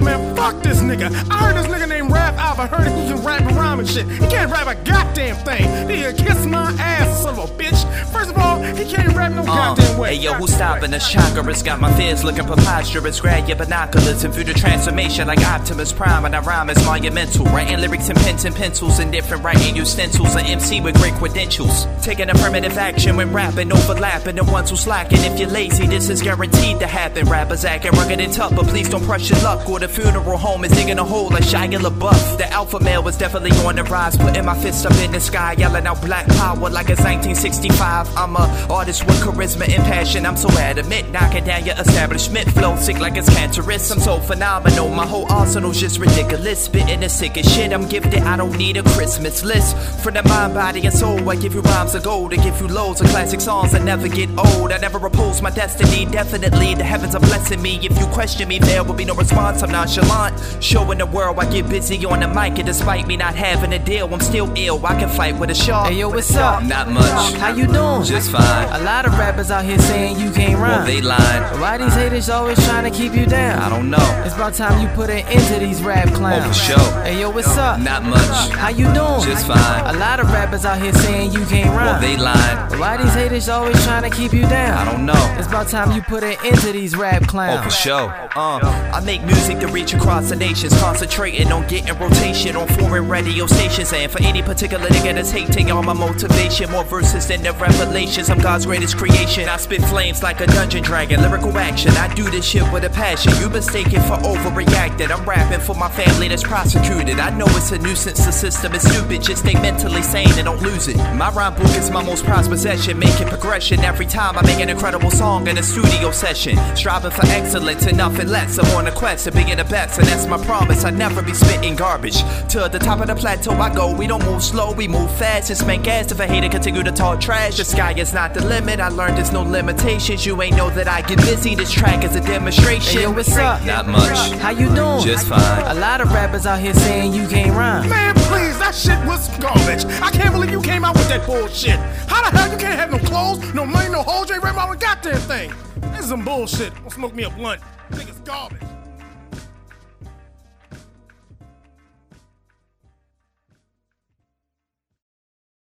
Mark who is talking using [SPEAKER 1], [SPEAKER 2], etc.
[SPEAKER 1] man, fuck this nigga. I heard this nigga named Rap Alph. I heard he can rap and rhyme and shit. He can't rap a goddamn thing. Nigga, kiss my ass, son of a bitch. First of all, he can't rap no
[SPEAKER 2] Uh,
[SPEAKER 1] goddamn way.
[SPEAKER 2] hey yo, who's
[SPEAKER 1] Goddamn
[SPEAKER 2] stopping
[SPEAKER 1] way.
[SPEAKER 2] us? Chakras got my fears looking preposterous. Grab your binoculars and view the transformation like Optimus Prime. And I rhyme is monumental. Writing lyrics and pens and pencils and different writing utensils. An MC with great credentials. Taking affirmative action when rapping, overlapping the ones who slacking. If you're lazy, this is guaranteed to happen. Rappers acting rugged and tough, but please don't press your luck. Or the funeral home is digging a hole like Shia LaBeouf. The alpha male was definitely on the rise. Putting my fist up in the sky, yelling out black power like it's 1965. I'm a artist with charisma and passion. I'm so adamant, knocking down your establishment. Flow sick like it's cancerous. I'm so phenomenal. My whole arsenal's just ridiculous. Spitting the sickest shit. I'm gifted. I don't need a Christmas list. From the mind, body, and soul, I give you rhymes of gold. I give you loads of classic songs that never get old. I never oppose my destiny. Definitely, the heavens are blessing me. If you question me, there will be no response. I'm nonchalant. Showing the world I get busy on the mic. And despite me not having a deal, I'm still ill. I can fight with a shark.
[SPEAKER 3] Hey yo, what's up?
[SPEAKER 2] Not much.
[SPEAKER 3] How you doing?
[SPEAKER 2] Just fine.
[SPEAKER 3] A lot of rappers out here saying you can't
[SPEAKER 2] Well,
[SPEAKER 3] rhyme.
[SPEAKER 2] they lying.
[SPEAKER 3] Why these haters always trying to keep you down?
[SPEAKER 2] I don't know.
[SPEAKER 3] It's about time you put an end to these rap clowns.
[SPEAKER 2] Oh, for sure.
[SPEAKER 3] Hey yo, what's up?
[SPEAKER 2] Not much.
[SPEAKER 3] How you doing?
[SPEAKER 2] Just fine.
[SPEAKER 3] A lot of rappers out here saying you can't
[SPEAKER 2] Well,
[SPEAKER 3] rhyme.
[SPEAKER 2] they lying.
[SPEAKER 3] Why these haters always trying to keep you down?
[SPEAKER 2] I don't know.
[SPEAKER 3] It's about time you put an end to these rap clowns.
[SPEAKER 2] Oh, for sure. Uh, I make music to reach across the nations, concentrating on getting rotation on foreign radio stations. And for any particular nigga that's hating on my motivation, more verses than the revelations. I'm God's greatest creation. I spit flames like a dungeon dragon, lyrical action. I do this shit with a passion. You mistaken for overreacting. I'm rapping for my family that's prosecuted. I know it's a nuisance, the system is stupid. Just stay mentally sane and don't lose it. My rhyme book is my most prized possession, making progression every time I make an incredible song in a studio session. Striving for excellence and nothing less. I'm on a quest to being the best, and that's my promise. I never be spitting garbage. To the top of the plateau I go. We don't move slow, we move fast. It's man gas if I hate it, continue to talk trash. The sky is not the limit. I learned there's no limitations. You ain't know that I get busy. This track is a demonstration.
[SPEAKER 3] Hey yo, what's up?
[SPEAKER 2] Not much.
[SPEAKER 3] How you doing?
[SPEAKER 2] Just fine.
[SPEAKER 3] A lot of rappers out here saying you can't rhyme.
[SPEAKER 1] Man, please, that shit was garbage. I can't believe you came out with that bullshit. How the hell you can't have no clothes, no money, no whole J Raymond, goddamn thing? This is some bullshit. Don't smoke me a blunt. Nigga's garbage.